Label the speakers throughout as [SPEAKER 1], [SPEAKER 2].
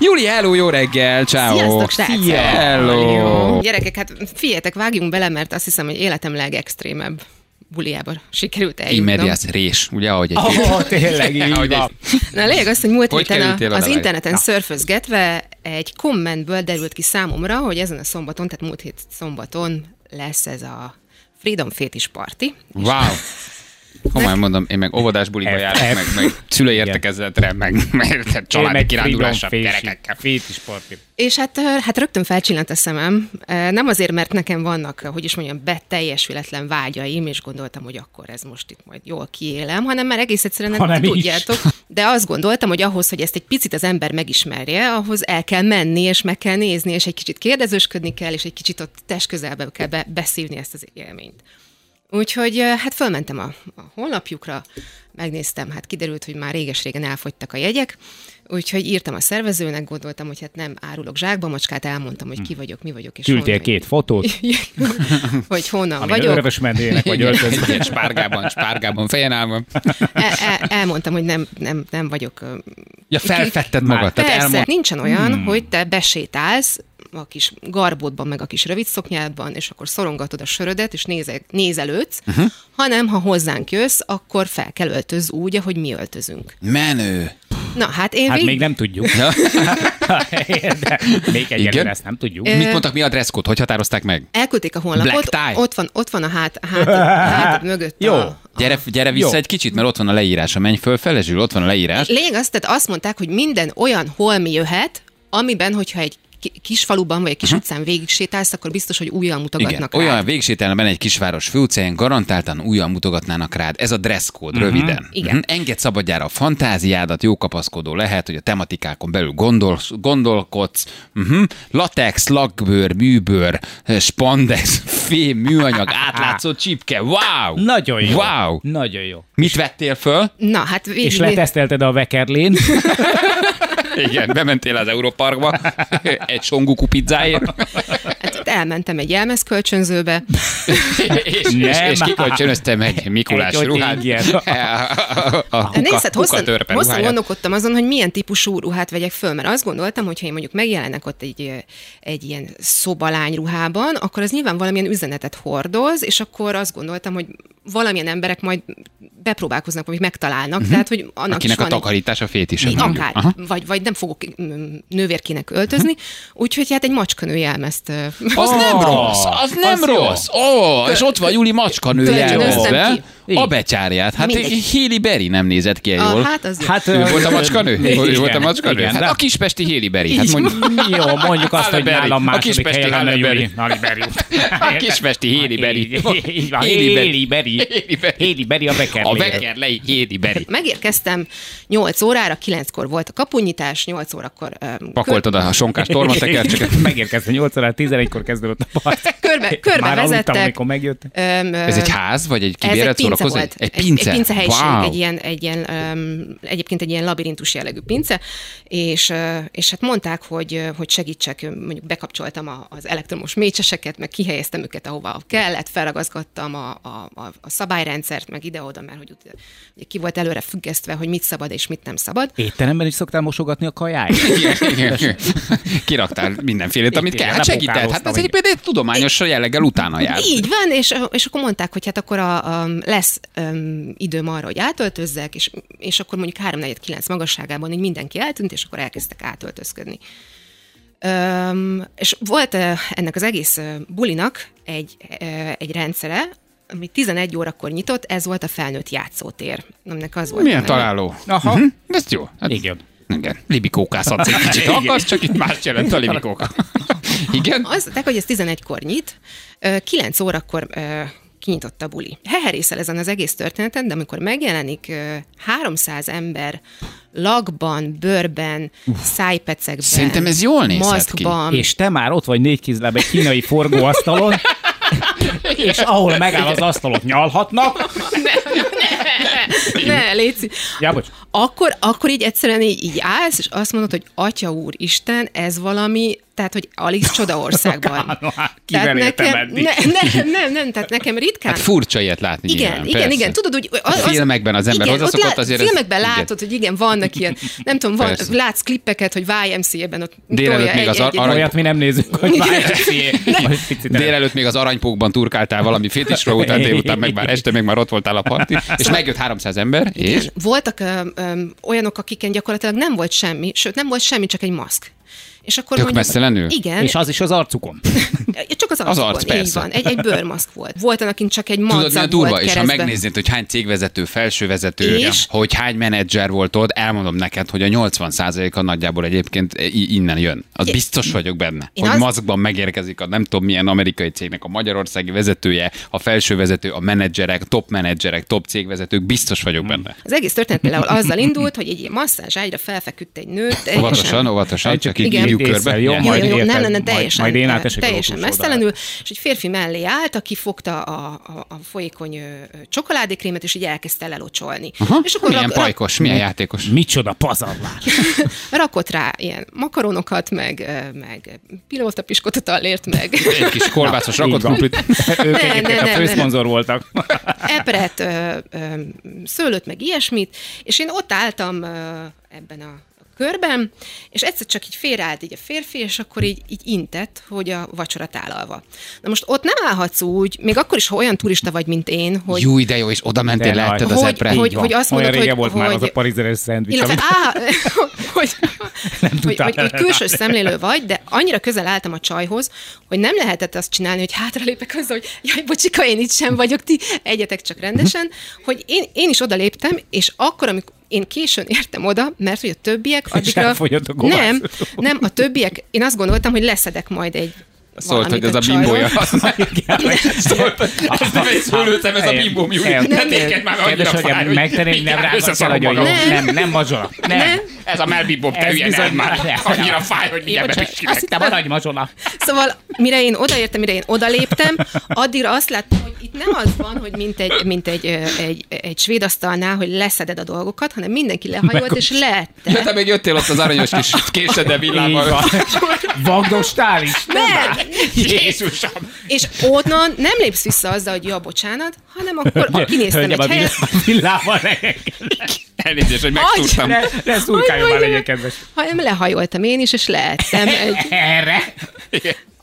[SPEAKER 1] Júli, hello, jó reggel, ciao.
[SPEAKER 2] Sziasztok, srácok!
[SPEAKER 1] Szia. Hello.
[SPEAKER 2] Gyerekek, hát figyeljetek, vágjunk bele, mert azt hiszem, hogy életem legextrémebb buliába sikerült eljutnom.
[SPEAKER 1] Imedias rés, ugye, ahogy egy
[SPEAKER 3] Oh, tényleg, így
[SPEAKER 1] ahogy egy-
[SPEAKER 3] van.
[SPEAKER 2] Na, a lényeg az, hogy múlt
[SPEAKER 1] Hogy
[SPEAKER 2] héten
[SPEAKER 1] kerültél
[SPEAKER 2] a, az
[SPEAKER 1] odáig?
[SPEAKER 2] interneten szörfözgetve egy kommentből derült ki számomra, hogy ezen a szombaton, tehát múlt hét szombaton lesz ez a Freedom Fétis Party.
[SPEAKER 1] Wow. Komolyan mondom, én meg óvodás buliba
[SPEAKER 3] F-
[SPEAKER 1] járok,
[SPEAKER 3] F.
[SPEAKER 1] meg, meg szülői értekezletre, meg, meg családi kirándulásra, gyerekekkel.
[SPEAKER 3] Fétis parti.
[SPEAKER 2] És hát, ö, hát rögtön felcsillant a szemem. Ö, Nem azért, mert nekem vannak, hogy is mondjam, beteljesületlen vágyaim, és gondoltam, hogy akkor ez most itt majd jól kiélem, hanem már egész egyszerűen
[SPEAKER 3] Hanem
[SPEAKER 2] nem
[SPEAKER 3] is.
[SPEAKER 2] tudjátok. De azt gondoltam, hogy ahhoz, hogy ezt egy picit az ember megismerje, ahhoz el kell menni, és meg kell nézni, és egy kicsit kérdezősködni kell, és egy kicsit ott testközelbe kell be- beszívni ezt az élményt. Úgyhogy eh, hát fölmentem a, a honlapjukra, megnéztem, hát kiderült, hogy már réges-régen elfogytak a jegyek, úgyhogy írtam a szervezőnek, gondoltam, hogy hát nem árulok zsákba macskát, elmondtam, hogy ki vagyok, mi vagyok, és
[SPEAKER 3] Küldtél
[SPEAKER 2] honnan,
[SPEAKER 3] két fotót,
[SPEAKER 2] hogy honnan
[SPEAKER 3] amin
[SPEAKER 2] vagyok.
[SPEAKER 3] örvös mendőjének vagy Hát öltözve.
[SPEAKER 1] Egy spárgában, spárgában, fejen állva.
[SPEAKER 2] El, el, E, elmondtam, hogy nem, nem, nem vagyok ö,
[SPEAKER 1] Ja, felfedted magad, tehát
[SPEAKER 2] Persze,
[SPEAKER 1] elmond...
[SPEAKER 2] nincsen olyan, hmm. hogy te besétálsz a kis garbódban, meg a kis rövid szoknyádban, és akkor szorongatod a sörödet, és néze, nézelődsz, uh-huh. hanem ha hozzánk jössz, akkor fel kell öltöz úgy, ahogy mi öltözünk.
[SPEAKER 1] Menő.
[SPEAKER 2] Na, hát én
[SPEAKER 3] Hát
[SPEAKER 2] vég...
[SPEAKER 3] még nem tudjuk. De még egyelőre ezt nem tudjuk.
[SPEAKER 1] Mit mondtak, mi a dresszkód? Hogy határozták meg?
[SPEAKER 2] elküldték a honlapot,
[SPEAKER 1] Black tie?
[SPEAKER 2] ott van, ott van a hát, hát, hát mögött
[SPEAKER 3] Jó.
[SPEAKER 2] a,
[SPEAKER 1] Gyere, gyere vissza
[SPEAKER 3] Jó.
[SPEAKER 1] egy kicsit, mert ott van a leírás. Menj föl, felezsül, ott van a leírás.
[SPEAKER 2] Lényeg az, tehát azt mondták, hogy minden olyan holmi jöhet, amiben, hogyha egy ki- kis faluban vagy egy
[SPEAKER 3] Mhm.
[SPEAKER 2] kis utcán végig sétálsz, akkor biztos, hogy újjal
[SPEAKER 1] Igen,
[SPEAKER 2] mutogatnak rád.
[SPEAKER 1] olyan végsételen benne egy kisváros főutcáján garantáltan újra mutogatnának rád. Ez a dresszkód, uh-huh. röviden.
[SPEAKER 2] Igen.
[SPEAKER 1] Mhm. Engedd szabadjára a fantáziádat, jó kapaszkodó lehet, hogy a tematikákon belül gondolsz, gondolkodsz. Uh-huh. Latex, lakbőr, műbőr, spandex, fém, műanyag, átlátszó csipke. Wow!
[SPEAKER 3] Nagyon jó.
[SPEAKER 1] Wow!
[SPEAKER 3] Nagyon jó.
[SPEAKER 1] Mit vettél föl?
[SPEAKER 2] Na, hát végig...
[SPEAKER 3] És letesztelted a vekerlén.
[SPEAKER 1] Igen, bementél az Európarkba egy songuku pizzáért,
[SPEAKER 2] Hát ott elmentem egy jelmezkölcsönzőbe,
[SPEAKER 1] és, és,
[SPEAKER 3] Nem.
[SPEAKER 1] és kikölcsönöztem egy Mikulás
[SPEAKER 3] Egy olyan
[SPEAKER 1] ruhát.
[SPEAKER 3] ingyen.
[SPEAKER 1] A
[SPEAKER 2] Kuka, Hát Nézd, hosszan,
[SPEAKER 1] törpe
[SPEAKER 2] hosszan
[SPEAKER 1] ruháját.
[SPEAKER 2] gondolkodtam azon, hogy milyen típusú ruhát vegyek föl, mert azt gondoltam, hogy ha én mondjuk megjelenek ott egy, ö, egy ilyen szobalány ruhában, akkor az nyilván valamilyen üzenetet hordoz, és akkor azt gondoltam, hogy valamilyen emberek majd bepróbálkoznak, vagy megtalálnak, uh-huh. tehát hogy annak
[SPEAKER 1] Mhm. Akinek a
[SPEAKER 2] is van egy-
[SPEAKER 1] takarítás a fétise.
[SPEAKER 2] Így, Hát,
[SPEAKER 1] mondjuk.
[SPEAKER 2] akár,
[SPEAKER 1] Aha. Mhm.
[SPEAKER 2] vagy, vagy nem fogok mm, nővérkének öltözni, úgyhogy hát egy macskanő jelmezt ö,
[SPEAKER 1] Az nem
[SPEAKER 3] Ó,
[SPEAKER 1] rossz, Ah, az nem
[SPEAKER 3] az jó.
[SPEAKER 1] rossz. Ó, és ott van Juli macskanő
[SPEAKER 2] Kölcsönöztem
[SPEAKER 1] jelmezve.
[SPEAKER 3] ki.
[SPEAKER 1] A becsárját. Hát
[SPEAKER 2] Mindegy.
[SPEAKER 1] Héli Beri nem nézett ki
[SPEAKER 2] a,
[SPEAKER 1] jól.
[SPEAKER 2] hát az jó.
[SPEAKER 3] Hát,
[SPEAKER 1] Ő
[SPEAKER 3] ö,
[SPEAKER 1] volt a macskanő? Ő
[SPEAKER 3] igen,
[SPEAKER 1] volt a macskanő?
[SPEAKER 3] igen,
[SPEAKER 1] Hát
[SPEAKER 3] de-
[SPEAKER 1] a kispesti Héli Beri. Hát
[SPEAKER 2] Így
[SPEAKER 1] mondjuk,
[SPEAKER 3] Jó, mondjuk azt, hogy
[SPEAKER 1] Halleberi.
[SPEAKER 3] nálam
[SPEAKER 1] A
[SPEAKER 3] második
[SPEAKER 1] kispesti
[SPEAKER 3] helyen áll a
[SPEAKER 1] Halleberi.
[SPEAKER 3] Júli. Halleberi.
[SPEAKER 1] A kispesti Héli Beri.
[SPEAKER 3] Így van,
[SPEAKER 1] Héli Beri.
[SPEAKER 3] Héli Beri.
[SPEAKER 1] Héli Beri.
[SPEAKER 3] Héli Beri a
[SPEAKER 1] a
[SPEAKER 3] bekerlén.
[SPEAKER 1] vekerlei Héli Beri.
[SPEAKER 2] Megérkeztem 8 órára, 9-kor volt a kapunyítás, 8 órakor öm, kör,
[SPEAKER 1] Pakoltad a sonkás tormatekercseket.
[SPEAKER 3] Megérkeztem 8 óra, 11-kor kezdődött a part.
[SPEAKER 2] körbe, körbe
[SPEAKER 3] Már
[SPEAKER 2] vezettek.
[SPEAKER 3] aludtam, amikor megjöttem.
[SPEAKER 2] Öm,
[SPEAKER 1] Ez egy ház, vagy egy
[SPEAKER 2] ez egy
[SPEAKER 1] kibérelt
[SPEAKER 2] pince
[SPEAKER 1] szórakozó?
[SPEAKER 2] volt.
[SPEAKER 1] Egy pince?
[SPEAKER 2] Egy, egy pince helység,
[SPEAKER 1] Wow.
[SPEAKER 2] egy ilyen, egy ilyen um, egyébként egy ilyen labirintus jellegű pince, és, ö, és hát mondták, hogy, ö, hogy segítsek, ö, mondjuk bekapcsoltam a, az elektromos mécseseket, meg kihelyeztem őket ahova kellett, felragaszgattam a, a, a, a szabályrendszert, meg ide-oda, mert hogy ut- ugye ki volt előre függesztve, hogy mit szabad és mit nem szabad.
[SPEAKER 3] Étteremben is szoktál mosogatni a kajáit?
[SPEAKER 1] Igen, igen, igen. Kiraktál mindenfélét, amit
[SPEAKER 3] Igen,
[SPEAKER 1] kell. Hát segített. Hát ez
[SPEAKER 3] lepukálóztam,
[SPEAKER 1] egy például tudományos jelleggel utána jár.
[SPEAKER 2] Így van, és, és akkor mondták, hogy hát akkor a, a, lesz um, időm arra, hogy átöltözzek, és, és akkor mondjuk 3-4-9 magasságában így mindenki eltűnt, és akkor elkezdtek átöltözködni. Um, és volt uh, ennek az egész uh, bulinak egy, uh, egy rendszere, ami 11 órakor nyitott, ez volt a felnőtt játszótér. Aminek az volt a
[SPEAKER 1] Milyen
[SPEAKER 2] neve.
[SPEAKER 1] találó.
[SPEAKER 3] Aha.
[SPEAKER 1] Mhm, Ez jó. Hát,
[SPEAKER 3] Igen.
[SPEAKER 1] Igen. Libikókászatsz egy kicsit. Akarsz, csak itt más jelent a libikók. Igen?
[SPEAKER 2] Az, tehát, hogy ez 11-kor nyit, ö, 9 órakor ö, kinyitotta a buli. Heherészel ezen az egész történeten, de amikor megjelenik ö, 300 ember lakban, bőrben, szájpecekben,
[SPEAKER 1] Szerintem ez jól nézhet ki.
[SPEAKER 2] maszkban,
[SPEAKER 3] És te már ott vagy négy kézláb egy kínai forgóasztalon, és ahol megáll az asztalot, nyalhatnak.
[SPEAKER 2] ne, léci.
[SPEAKER 3] Ja, bocs.
[SPEAKER 2] Akkor, akkor így egyszerűen így, így állsz, és azt mondod, hogy Atya Úr, Isten, ez valami, tehát, hogy alig csodaországban.
[SPEAKER 3] Kánó, hát kivel éltem eddig?
[SPEAKER 2] ne, ne, nem, nem, tehát nekem ritkán
[SPEAKER 1] Hát furcsa ilyet látni
[SPEAKER 2] igen,
[SPEAKER 1] nyilván,
[SPEAKER 2] igen,
[SPEAKER 1] persze.
[SPEAKER 2] igen, tudod, úgy...
[SPEAKER 1] A filmekben az ember
[SPEAKER 2] igen,
[SPEAKER 1] hozzászokott,
[SPEAKER 2] ott
[SPEAKER 1] azért ez-
[SPEAKER 2] Filmekben
[SPEAKER 1] igen.
[SPEAKER 2] látod, hogy igen, vannak ilyen, nem tudom, van,
[SPEAKER 1] Persze.
[SPEAKER 2] látsz klippeket, hogy YMCA-ben ott
[SPEAKER 1] Délelőtt
[SPEAKER 2] tolja
[SPEAKER 1] még az ar-
[SPEAKER 2] egy-
[SPEAKER 1] arany-
[SPEAKER 3] Olyat mi nem nézünk, hogy várj,
[SPEAKER 1] Délelőtt még az aranypókban turkáltál valami fétisra után, délután meg már este, meg már ott voltál a parti, és
[SPEAKER 3] Szóval-
[SPEAKER 1] megjött 300 ember, és
[SPEAKER 2] Voltak öm, öm, olyanok, akiken gyakorlatilag nem volt semmi, sőt, nem volt semmi, csak egy maszk. És akkor
[SPEAKER 1] Tök
[SPEAKER 2] mondjuk-
[SPEAKER 1] messzelenül?
[SPEAKER 2] Igen,
[SPEAKER 3] És az is az arcukon.
[SPEAKER 2] csak az,
[SPEAKER 1] Az
[SPEAKER 2] az
[SPEAKER 1] arc,
[SPEAKER 2] arc, így
[SPEAKER 1] persze.
[SPEAKER 2] van. Egy, egy bőrmaszk volt. Volt annak csak egy madzag
[SPEAKER 1] tudod, mi a
[SPEAKER 2] volt
[SPEAKER 1] durva? És ha
[SPEAKER 2] keresztben.
[SPEAKER 1] megnéznéd, hogy hány cégvezető, felsővezető,
[SPEAKER 2] És?
[SPEAKER 1] hogy hány menedzser volt ott, elmondom neked, hogy a 80%-a nagyjából egyébként i- innen jön. Az biztos vagyok benne,
[SPEAKER 2] Én
[SPEAKER 1] hogy
[SPEAKER 2] az-
[SPEAKER 1] maszkban megérkezik a nem tudom milyen amerikai cégnek a magyarországi vezetője, a felsővezető, a menedzserek, top menedzserek, top cégvezetők, biztos vagyok
[SPEAKER 3] Hmm.
[SPEAKER 1] benne.
[SPEAKER 2] Az egész történet például azzal indult, hogy egy ilyen masszázs ágyra felfeküdt egy nő. teljesen-
[SPEAKER 1] Óvatosan, óvatosan, csak így
[SPEAKER 2] Igen.
[SPEAKER 1] írjuk körbe.
[SPEAKER 3] Észre, jó,
[SPEAKER 1] Igen.
[SPEAKER 2] Jó,
[SPEAKER 3] majd
[SPEAKER 2] jó, jó,
[SPEAKER 3] érted,
[SPEAKER 2] nem, nem, nem,
[SPEAKER 3] majd-
[SPEAKER 2] teljesen,
[SPEAKER 3] majd én
[SPEAKER 2] nem,
[SPEAKER 3] átesek a
[SPEAKER 2] teljesen
[SPEAKER 3] lótusz oldalra.
[SPEAKER 2] mesztelenül, és egy férfi mellé állt, aki fogta a, a, a folyékony ö, ö, csokoládékrémet, és így elkezdte lelocsolni.
[SPEAKER 1] Aha,
[SPEAKER 2] És akkor
[SPEAKER 1] milyen
[SPEAKER 2] rak, rak,
[SPEAKER 1] pajkos, milyen játékos.
[SPEAKER 3] Micsoda pazarlás.
[SPEAKER 2] rakott rá ilyen makaronokat, meg, ö, meg pilótapiskotot allért, meg
[SPEAKER 1] Egy kis kolbászos rakott
[SPEAKER 3] Így van.
[SPEAKER 1] krumplit.
[SPEAKER 3] Ők
[SPEAKER 2] Ne,
[SPEAKER 3] egyébként
[SPEAKER 2] ne,
[SPEAKER 3] a
[SPEAKER 2] ne,
[SPEAKER 3] főszponzor voltak.
[SPEAKER 2] epret, ö, ö, szőlőt, meg ilyesmit, és én ott álltam ö, ebben a körben, és egyszer csak így félreállt így a férfi, és akkor így, így intett, hogy a vacsora tálalva. Na most ott nem állhatsz úgy, még akkor is, ha olyan turista vagy, mint én, hogy...
[SPEAKER 1] Jó, de jó, és oda mentél,
[SPEAKER 3] De nagy.
[SPEAKER 1] lehetted az
[SPEAKER 2] Hogy-
[SPEAKER 1] epre.
[SPEAKER 2] hogy-
[SPEAKER 3] Így van.
[SPEAKER 2] azt
[SPEAKER 3] Olyan
[SPEAKER 2] mondod,
[SPEAKER 3] régen
[SPEAKER 2] hogy-
[SPEAKER 3] volt már az
[SPEAKER 2] hogy-
[SPEAKER 3] a parizeres szendvics,
[SPEAKER 2] Illetve,
[SPEAKER 3] amit
[SPEAKER 2] á, hogy, nem hogy,
[SPEAKER 3] tudtál
[SPEAKER 2] hogy, hogy
[SPEAKER 3] ellenállni.
[SPEAKER 2] külsős szemlélő vagy, de annyira közel álltam a csajhoz, hogy nem lehetett azt csinálni, hogy hátralépek azzal, hogy jaj, bocsika, én itt sem vagyok, ti egyetek csak rendesen, hogy én, én is odaléptem, és akkor, amikor én későn értem oda, mert hogy a többiek addigra...
[SPEAKER 3] elfogyott a gombász.
[SPEAKER 2] nem, nem, a többiek, én azt gondoltam, hogy leszedek majd egy
[SPEAKER 1] Szólt, hogy
[SPEAKER 2] valamit
[SPEAKER 1] ez a
[SPEAKER 2] csajról.
[SPEAKER 1] bimbója.
[SPEAKER 3] Szóval,
[SPEAKER 1] Ezt nem is fölültem, ez a bimbóm, Júli. Ne téged már annyira
[SPEAKER 3] Kedves
[SPEAKER 1] fáj,
[SPEAKER 3] hölgyem,
[SPEAKER 1] hogy
[SPEAKER 3] megtenni, hogy nem
[SPEAKER 1] mindjárt
[SPEAKER 3] rágod el
[SPEAKER 1] összeszarom
[SPEAKER 3] agyon.
[SPEAKER 1] magam.
[SPEAKER 2] Nem.
[SPEAKER 3] Nem, nem mazsola. Nem.
[SPEAKER 2] Nem.
[SPEAKER 1] Ez a melbimbóm, te
[SPEAKER 3] Ez
[SPEAKER 1] hülye,
[SPEAKER 3] bizony
[SPEAKER 1] nem már.
[SPEAKER 3] már.
[SPEAKER 1] Annyira fáj, hogy
[SPEAKER 3] Én
[SPEAKER 1] mindjárt
[SPEAKER 3] bocsánat, Azt
[SPEAKER 1] bepisilek.
[SPEAKER 3] hittem, arany mazsola.
[SPEAKER 2] Szóval, mire én odaértem, mire én odaléptem, addigra azt láttam, hogy itt nem az van, hogy mint egy, mint egy, ö, egy, egy svéd asztalnál, hogy leszeded a dolgokat, hanem mindenki lehajolt, és leette.
[SPEAKER 1] Ja, te még jöttél ott az aranyos kis késedel
[SPEAKER 3] Így van.
[SPEAKER 1] villával.
[SPEAKER 3] Vagdostál is?
[SPEAKER 2] Nem!
[SPEAKER 1] Jézusom!
[SPEAKER 2] És onnan nem lépsz vissza azzal, hogy ja, bocsánat, hanem akkor ah, kinéztem
[SPEAKER 3] Hölgyem,
[SPEAKER 2] egy
[SPEAKER 3] a
[SPEAKER 2] helyet,
[SPEAKER 3] vill- a villával legyek.
[SPEAKER 1] Elnézést, hogy megtúrtam.
[SPEAKER 3] Ne, ne szurkáljon
[SPEAKER 2] Hogy
[SPEAKER 3] már,
[SPEAKER 2] mondjam?
[SPEAKER 3] legyen kedves.
[SPEAKER 2] hanem lehajoltam én is, és leettem egy,
[SPEAKER 3] Erre?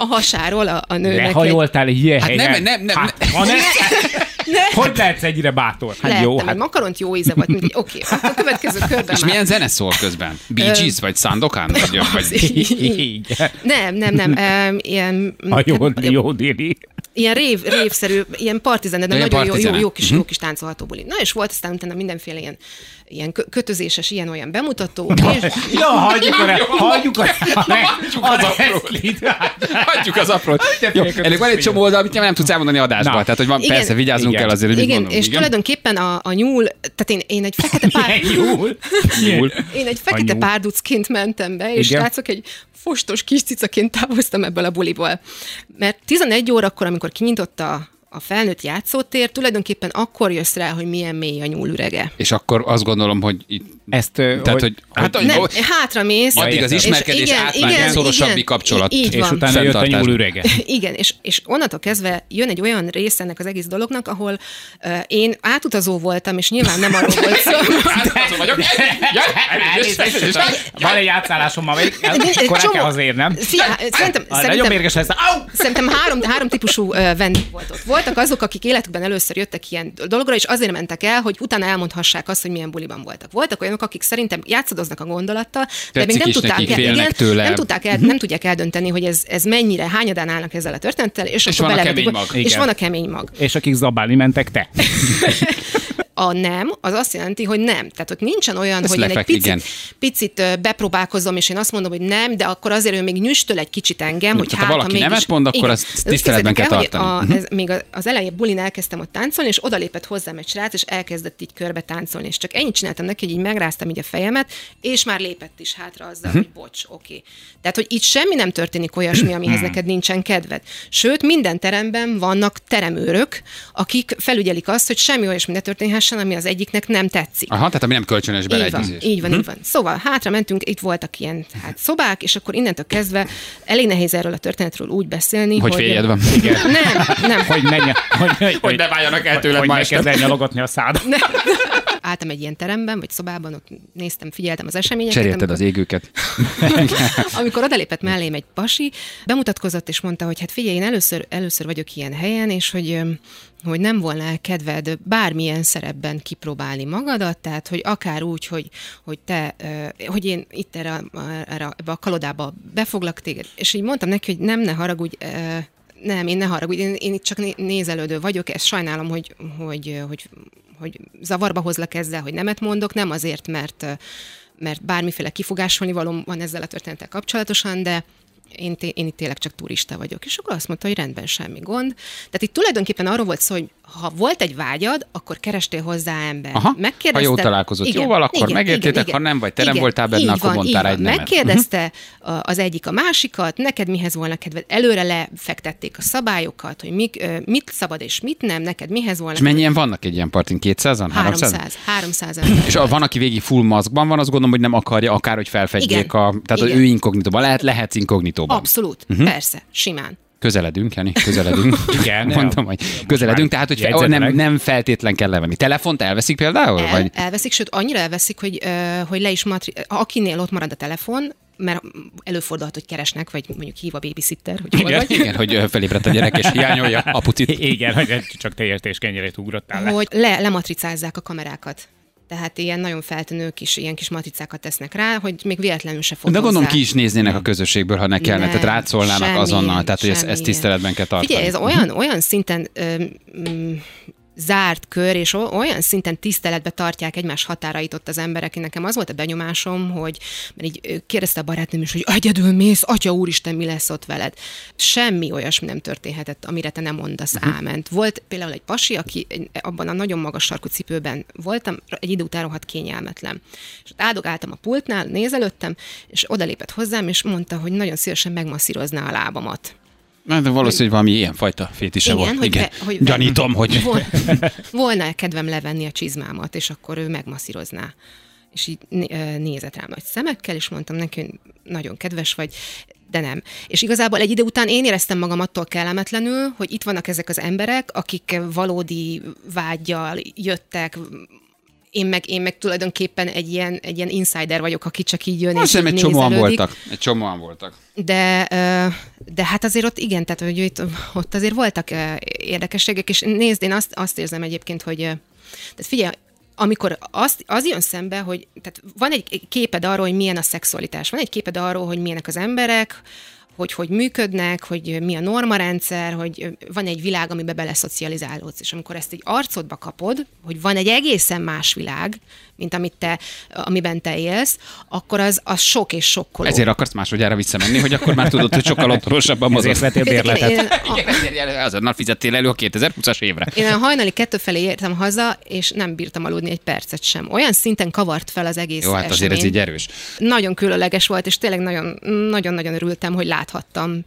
[SPEAKER 2] a hasáról a, a nőnek. egy-
[SPEAKER 3] Lehajoltál egy ilyen
[SPEAKER 1] Hát nem,
[SPEAKER 3] helyen?
[SPEAKER 1] nem, nem,
[SPEAKER 3] Hát,
[SPEAKER 1] nem.
[SPEAKER 3] ha nem, hát hogy lehetsz ennyire bátor? Hát
[SPEAKER 2] Leettem,
[SPEAKER 3] jó,
[SPEAKER 2] jó,
[SPEAKER 3] hát
[SPEAKER 2] egy makaront jó íze volt, mindegy, oké, akkor a következő körben
[SPEAKER 1] És
[SPEAKER 2] már.
[SPEAKER 1] milyen zene szól közben? Bee Gees vagy Sandokan? Vagy, vagy...
[SPEAKER 3] igen.
[SPEAKER 2] Nem, nem, nem, em, ilyen...
[SPEAKER 3] A jó, jó diri.
[SPEAKER 2] ilyen rév, révszerű, ilyen partizene, de
[SPEAKER 1] Ilyen
[SPEAKER 2] nagyon jó,
[SPEAKER 1] partizene.
[SPEAKER 2] jó, jó, kis,
[SPEAKER 3] Mhm.
[SPEAKER 2] jó kis táncolható buli. Na és volt aztán utána mindenféle ilyen, ilyen kö- kötözéses, ilyen-olyan bemutató, és
[SPEAKER 3] Ja, hagyjuk a, hagyjuk a,
[SPEAKER 1] hagyjuk az aprót. Hagyjuk az aprót. Jó,
[SPEAKER 3] félek,
[SPEAKER 1] elég van egy csomó oldal, amit nem tudsz elmondani adásban.
[SPEAKER 3] Na.
[SPEAKER 1] Tehát, hogy van,
[SPEAKER 2] Igen.
[SPEAKER 1] persze, vigyázzunk
[SPEAKER 3] Igen.
[SPEAKER 1] kell azért, hogy mit
[SPEAKER 2] igen,
[SPEAKER 1] mondunk.
[SPEAKER 2] és tulajdonképpen a, a nyúl, tehát én, én egy fekete pár...
[SPEAKER 3] Jól.
[SPEAKER 1] Jól.
[SPEAKER 2] Én egy fekete
[SPEAKER 3] nyúl.
[SPEAKER 2] párducként mentem be, és
[SPEAKER 3] Igen.
[SPEAKER 2] látszok egy fostos kis cicaként távoztam ebből a buliból. Mert 11 órakor, amikor kinyitotta a felnőtt játszótér, tulajdonképpen akkor jössz rá, hogy milyen mély a nyúl ürege.
[SPEAKER 1] És akkor azt gondolom, hogy itt...
[SPEAKER 3] Ezt,
[SPEAKER 1] Tehát, hogy... Hát, hogy
[SPEAKER 2] Nem, hátra mész.
[SPEAKER 1] Addig
[SPEAKER 2] és-
[SPEAKER 1] az ismerkedés
[SPEAKER 2] és
[SPEAKER 1] átvált egy szorosabbi kapcsolat.
[SPEAKER 2] Így
[SPEAKER 3] és
[SPEAKER 2] van.
[SPEAKER 3] utána jött a
[SPEAKER 1] Fenntartás.
[SPEAKER 3] nyúl ürege.
[SPEAKER 2] Igen, és, és onnantól kezdve jön egy olyan rész ennek az egész dolognak, ahol uh, én átutazó voltam, és nyilván nem arról volt szó.
[SPEAKER 1] Hát, vagyok. Ja, elnézést, elnézést.
[SPEAKER 3] Van egy átszállásom ma még, akkor el kell hazérnem.
[SPEAKER 2] Fia, szerintem,
[SPEAKER 3] Nagyon
[SPEAKER 2] szerintem,
[SPEAKER 3] mérges lesz. Au!
[SPEAKER 2] szerintem három, három típusú ö, vendég volt ott. Voltak azok, akik életükben először jöttek ilyen dologra, és azért mentek el, hogy utána elmondhassák azt, hogy milyen buliban voltak. Voltak olyanok, akik szerintem játszadoznak a gondolattal, de
[SPEAKER 1] Tetszik
[SPEAKER 2] még nem
[SPEAKER 1] is
[SPEAKER 2] tudták,
[SPEAKER 1] nekik,
[SPEAKER 2] el-
[SPEAKER 1] félnek
[SPEAKER 2] igen,
[SPEAKER 1] tőle.
[SPEAKER 2] nem tudták el, nem tudják eldönteni, hogy ez, ez mennyire, hányadán állnak ezzel a történettel, és, akkor
[SPEAKER 1] van a
[SPEAKER 2] belevetik,
[SPEAKER 1] kemény mag.
[SPEAKER 2] És
[SPEAKER 3] Igen.
[SPEAKER 2] van a kemény mag.
[SPEAKER 3] És akik zabálni mentek, te.
[SPEAKER 2] a nem, az azt jelenti, hogy nem. Tehát ott nincsen olyan,
[SPEAKER 1] Ez
[SPEAKER 2] hogy én egy
[SPEAKER 1] lefek, igen.
[SPEAKER 2] picit, picit ö, bepróbálkozom, és én azt mondom, hogy nem, de akkor azért ő még nyüstöl egy kicsit engem, hogy
[SPEAKER 1] Hm, tehát ha
[SPEAKER 2] hát,
[SPEAKER 1] valaki
[SPEAKER 2] mégis-
[SPEAKER 1] nemet mond, akkor
[SPEAKER 2] Igen.
[SPEAKER 1] azt
[SPEAKER 2] Ezt
[SPEAKER 1] tiszteletben
[SPEAKER 2] képzeljétek
[SPEAKER 1] kell
[SPEAKER 2] el, hogy
[SPEAKER 1] tartani.
[SPEAKER 2] A, ez, még a- az elején bulin elkezdtem ott táncolni, és odalépett hozzám egy srác, és elkezdett így körbe táncolni, és csak ennyit csináltam neki, hogy így megráztam így a fejemet, és már lépett is hátra
[SPEAKER 1] Mhm.
[SPEAKER 2] azzal, hogy bocs, oké. Tehát, hogy itt semmi nem történik olyasmi,
[SPEAKER 1] Mhm.
[SPEAKER 2] amihez neked nincsen kedved. Sőt, minden teremben vannak teremőrök, akik felügyelik azt, hogy semmi olyasmi ne történhessen, kölcsönösen, ami az egyiknek nem tetszik.
[SPEAKER 1] Aha, tehát ami nem kölcsönös
[SPEAKER 2] Így van,
[SPEAKER 1] beleegyezés.
[SPEAKER 2] így van, így van. Szóval hátra mentünk, itt voltak ilyen hát, szobák, és akkor innentől kezdve elég nehéz erről a történetről úgy beszélni,
[SPEAKER 1] Hogy
[SPEAKER 2] hogy
[SPEAKER 1] férjed van.
[SPEAKER 2] Nem, nem.
[SPEAKER 3] Hogy menjen, hogy, hogy,
[SPEAKER 1] Hogy ne váljanak el tőled
[SPEAKER 3] hogy
[SPEAKER 1] ma
[SPEAKER 3] ne
[SPEAKER 1] este.
[SPEAKER 3] kezdjen nyalogatni a szádat.
[SPEAKER 2] Álltam egy ilyen teremben, vagy szobában, ott néztem, figyeltem az eseményeket.
[SPEAKER 1] Cserélted
[SPEAKER 2] amikor-
[SPEAKER 1] az égőket.
[SPEAKER 2] Amikor odalépett mellém egy pasi, bemutatkozott és mondta, hogy hát figyelj, én először, először vagyok ilyen helyen, és hogy öm, hogy nem volna el kedved bármilyen szerepben kipróbálni magadat, tehát hogy akár úgy, hogy, hogy te, ö, hogy én itt erre, a- erre ebbe a kalodába befoglak téged. És így mondtam neki, hogy nem, ne haragudj, ö, nem, én ne haragudj, én, én itt csak né- nézelődő vagyok, ezt sajnálom, hogy, hogy, hogy, hogy zavarba hozlak ezzel, hogy nemet mondok, nem azért, mert ö, mert bármiféle kifogásolni valom van ezzel a történettel kapcsolatosan, de én, té- én itt tényleg csak turista vagyok. És akkor azt mondta, hogy rendben, semmi gond. Tehát itt tulajdonképpen arról volt szó, hogy ha volt egy vágyad, akkor kerestél hozzá ember.
[SPEAKER 1] Aha, ha jól találkozott jóval, akkor megértétek, ha nem vagy, te nem voltál benne,
[SPEAKER 2] így
[SPEAKER 1] akkor
[SPEAKER 2] van,
[SPEAKER 1] mondtál
[SPEAKER 2] így
[SPEAKER 1] egy
[SPEAKER 2] van.
[SPEAKER 1] nemet.
[SPEAKER 2] Megkérdezte a- az egyik a másikat, neked mihez volna kedved. Előre lefektették a szabályokat, hogy mik, ö, mit szabad és mit nem, neked mihez volna
[SPEAKER 1] És mennyien vannak egy ilyen partin? 200-an? 300
[SPEAKER 2] 300, 300 ember.
[SPEAKER 1] És a, van, aki végig full maszkban van, azt gondolom, hogy nem akarja akár, hogy felfedjék
[SPEAKER 2] Igen.
[SPEAKER 1] a... Tehát
[SPEAKER 2] Igen.
[SPEAKER 1] ő inkognitóban. Lehet, lehetsz inkognitóban.
[SPEAKER 2] Abszolút,
[SPEAKER 1] Mhm.
[SPEAKER 2] uh-huh. persze, simán.
[SPEAKER 1] Közeledünk, Jani, közeledünk.
[SPEAKER 3] Igen,
[SPEAKER 1] Mondtam, hogy közeledünk, tehát hogy fe,
[SPEAKER 3] jegyzetelek.
[SPEAKER 1] nem, nem feltétlen kell levenni. Telefont elveszik például?
[SPEAKER 2] El,
[SPEAKER 1] Vagy?
[SPEAKER 2] Elveszik, sőt, annyira elveszik, hogy, ö, hogy le is matri... akinél ott marad a telefon, mert előfordulhat, hogy keresnek, vagy mondjuk hív a babysitter, hogy hol
[SPEAKER 1] Igen.
[SPEAKER 2] vagy.
[SPEAKER 1] Igen, hogy ö, felébredt a gyerek, és hiányolja apucit.
[SPEAKER 3] Igen, hogy csak te értéskenyerét ugrottál le.
[SPEAKER 2] Hogy le, lematricázzák a kamerákat. Tehát ilyen nagyon feltűnő kis, ilyen kis matricákat tesznek rá, hogy még véletlenül se fog
[SPEAKER 1] De gondolom
[SPEAKER 2] hozzá.
[SPEAKER 1] ki is néznének a közösségből, ha ne kellene,
[SPEAKER 2] Nem,
[SPEAKER 1] tehát rátszolnának
[SPEAKER 2] semmilyen,
[SPEAKER 1] azonnal, tehát hogy ezt, ezt
[SPEAKER 2] semmilyen.
[SPEAKER 1] tiszteletben kell tartani. Mhm.
[SPEAKER 2] Figyelj, ez olyan, olyan szinten ö, mm, zárt kör, és o- olyan szinten tiszteletbe tartják egymás határait ott az emberek. Én Nekem az volt a benyomásom, hogy mert így ö, kérdezte a barátnőm is, hogy egyedül mész, atya úristen, mi lesz ott veled. Semmi olyasmi nem történhetett, amire te nem mondasz uh-huh. áment. Volt például egy pasi, aki egy- abban a nagyon magas sarkú cipőben voltam, egy idő után rohadt kényelmetlen. És ott áldogáltam a pultnál, nézelődtem, és odalépett hozzám, és mondta, hogy nagyon szívesen megmasszírozná a lábamat.
[SPEAKER 1] Na, de valószínű, hogy valami ilyenfajta fétise
[SPEAKER 2] Igen,
[SPEAKER 1] volt.
[SPEAKER 2] hogy
[SPEAKER 1] Igen,
[SPEAKER 2] ve- hogy ve-
[SPEAKER 1] Gyanítom, hogy...
[SPEAKER 2] Vol- volna kedvem levenni a csizmámat, és akkor ő megmasszírozná. És így né- ö, nézett rám nagy szemekkel, és mondtam neki, hogy nagyon kedves vagy, de nem. És igazából egy idő után én éreztem magam attól kellemetlenül, hogy itt vannak ezek az emberek, akik valódi vágyjal jöttek, én meg, én meg tulajdonképpen egy ilyen, egy ilyen insider vagyok, aki csak így jön
[SPEAKER 1] Azt
[SPEAKER 2] és
[SPEAKER 1] hiszem,
[SPEAKER 2] így
[SPEAKER 1] egy csomóan
[SPEAKER 2] nézelődik.
[SPEAKER 1] voltak. Egy csomóan voltak.
[SPEAKER 2] De, ö, de hát azért ott igen, tehát hogy itt, ott azért voltak ö, érdekességek, és nézd, én azt, azt érzem egyébként, hogy ö, tehát figyelj, amikor azt, az jön szembe, hogy tehát van egy képed arról, hogy milyen a szexualitás, van egy képed arról, hogy milyenek az emberek, hogy hogy működnek, hogy ö, mi a normarendszer, hogy ö, van egy világ, amiben beleszocializálódsz, és amikor ezt egy arcodba kapod, hogy van egy egészen más világ, mint amit te, amiben te élsz, akkor az, az sok és sokkoló.
[SPEAKER 1] Ezért akarsz másodjára visszamenni, hogy akkor már tudod, hogy sokkal otthonosabban mozog.
[SPEAKER 3] Ezért vettél bérletet.
[SPEAKER 2] Én, én,
[SPEAKER 1] Igen, ezért jel- azonnal fizettél elő a 2020-as évre.
[SPEAKER 2] Én a hajnali kettő felé értem haza, és nem bírtam aludni egy percet sem. Olyan szinten kavart fel az egész
[SPEAKER 1] Jó, hát azért
[SPEAKER 2] esemény.
[SPEAKER 1] ez így erős.
[SPEAKER 2] Nagyon különleges volt, és tényleg nagyon- nagyon-nagyon örültem, hogy láthattam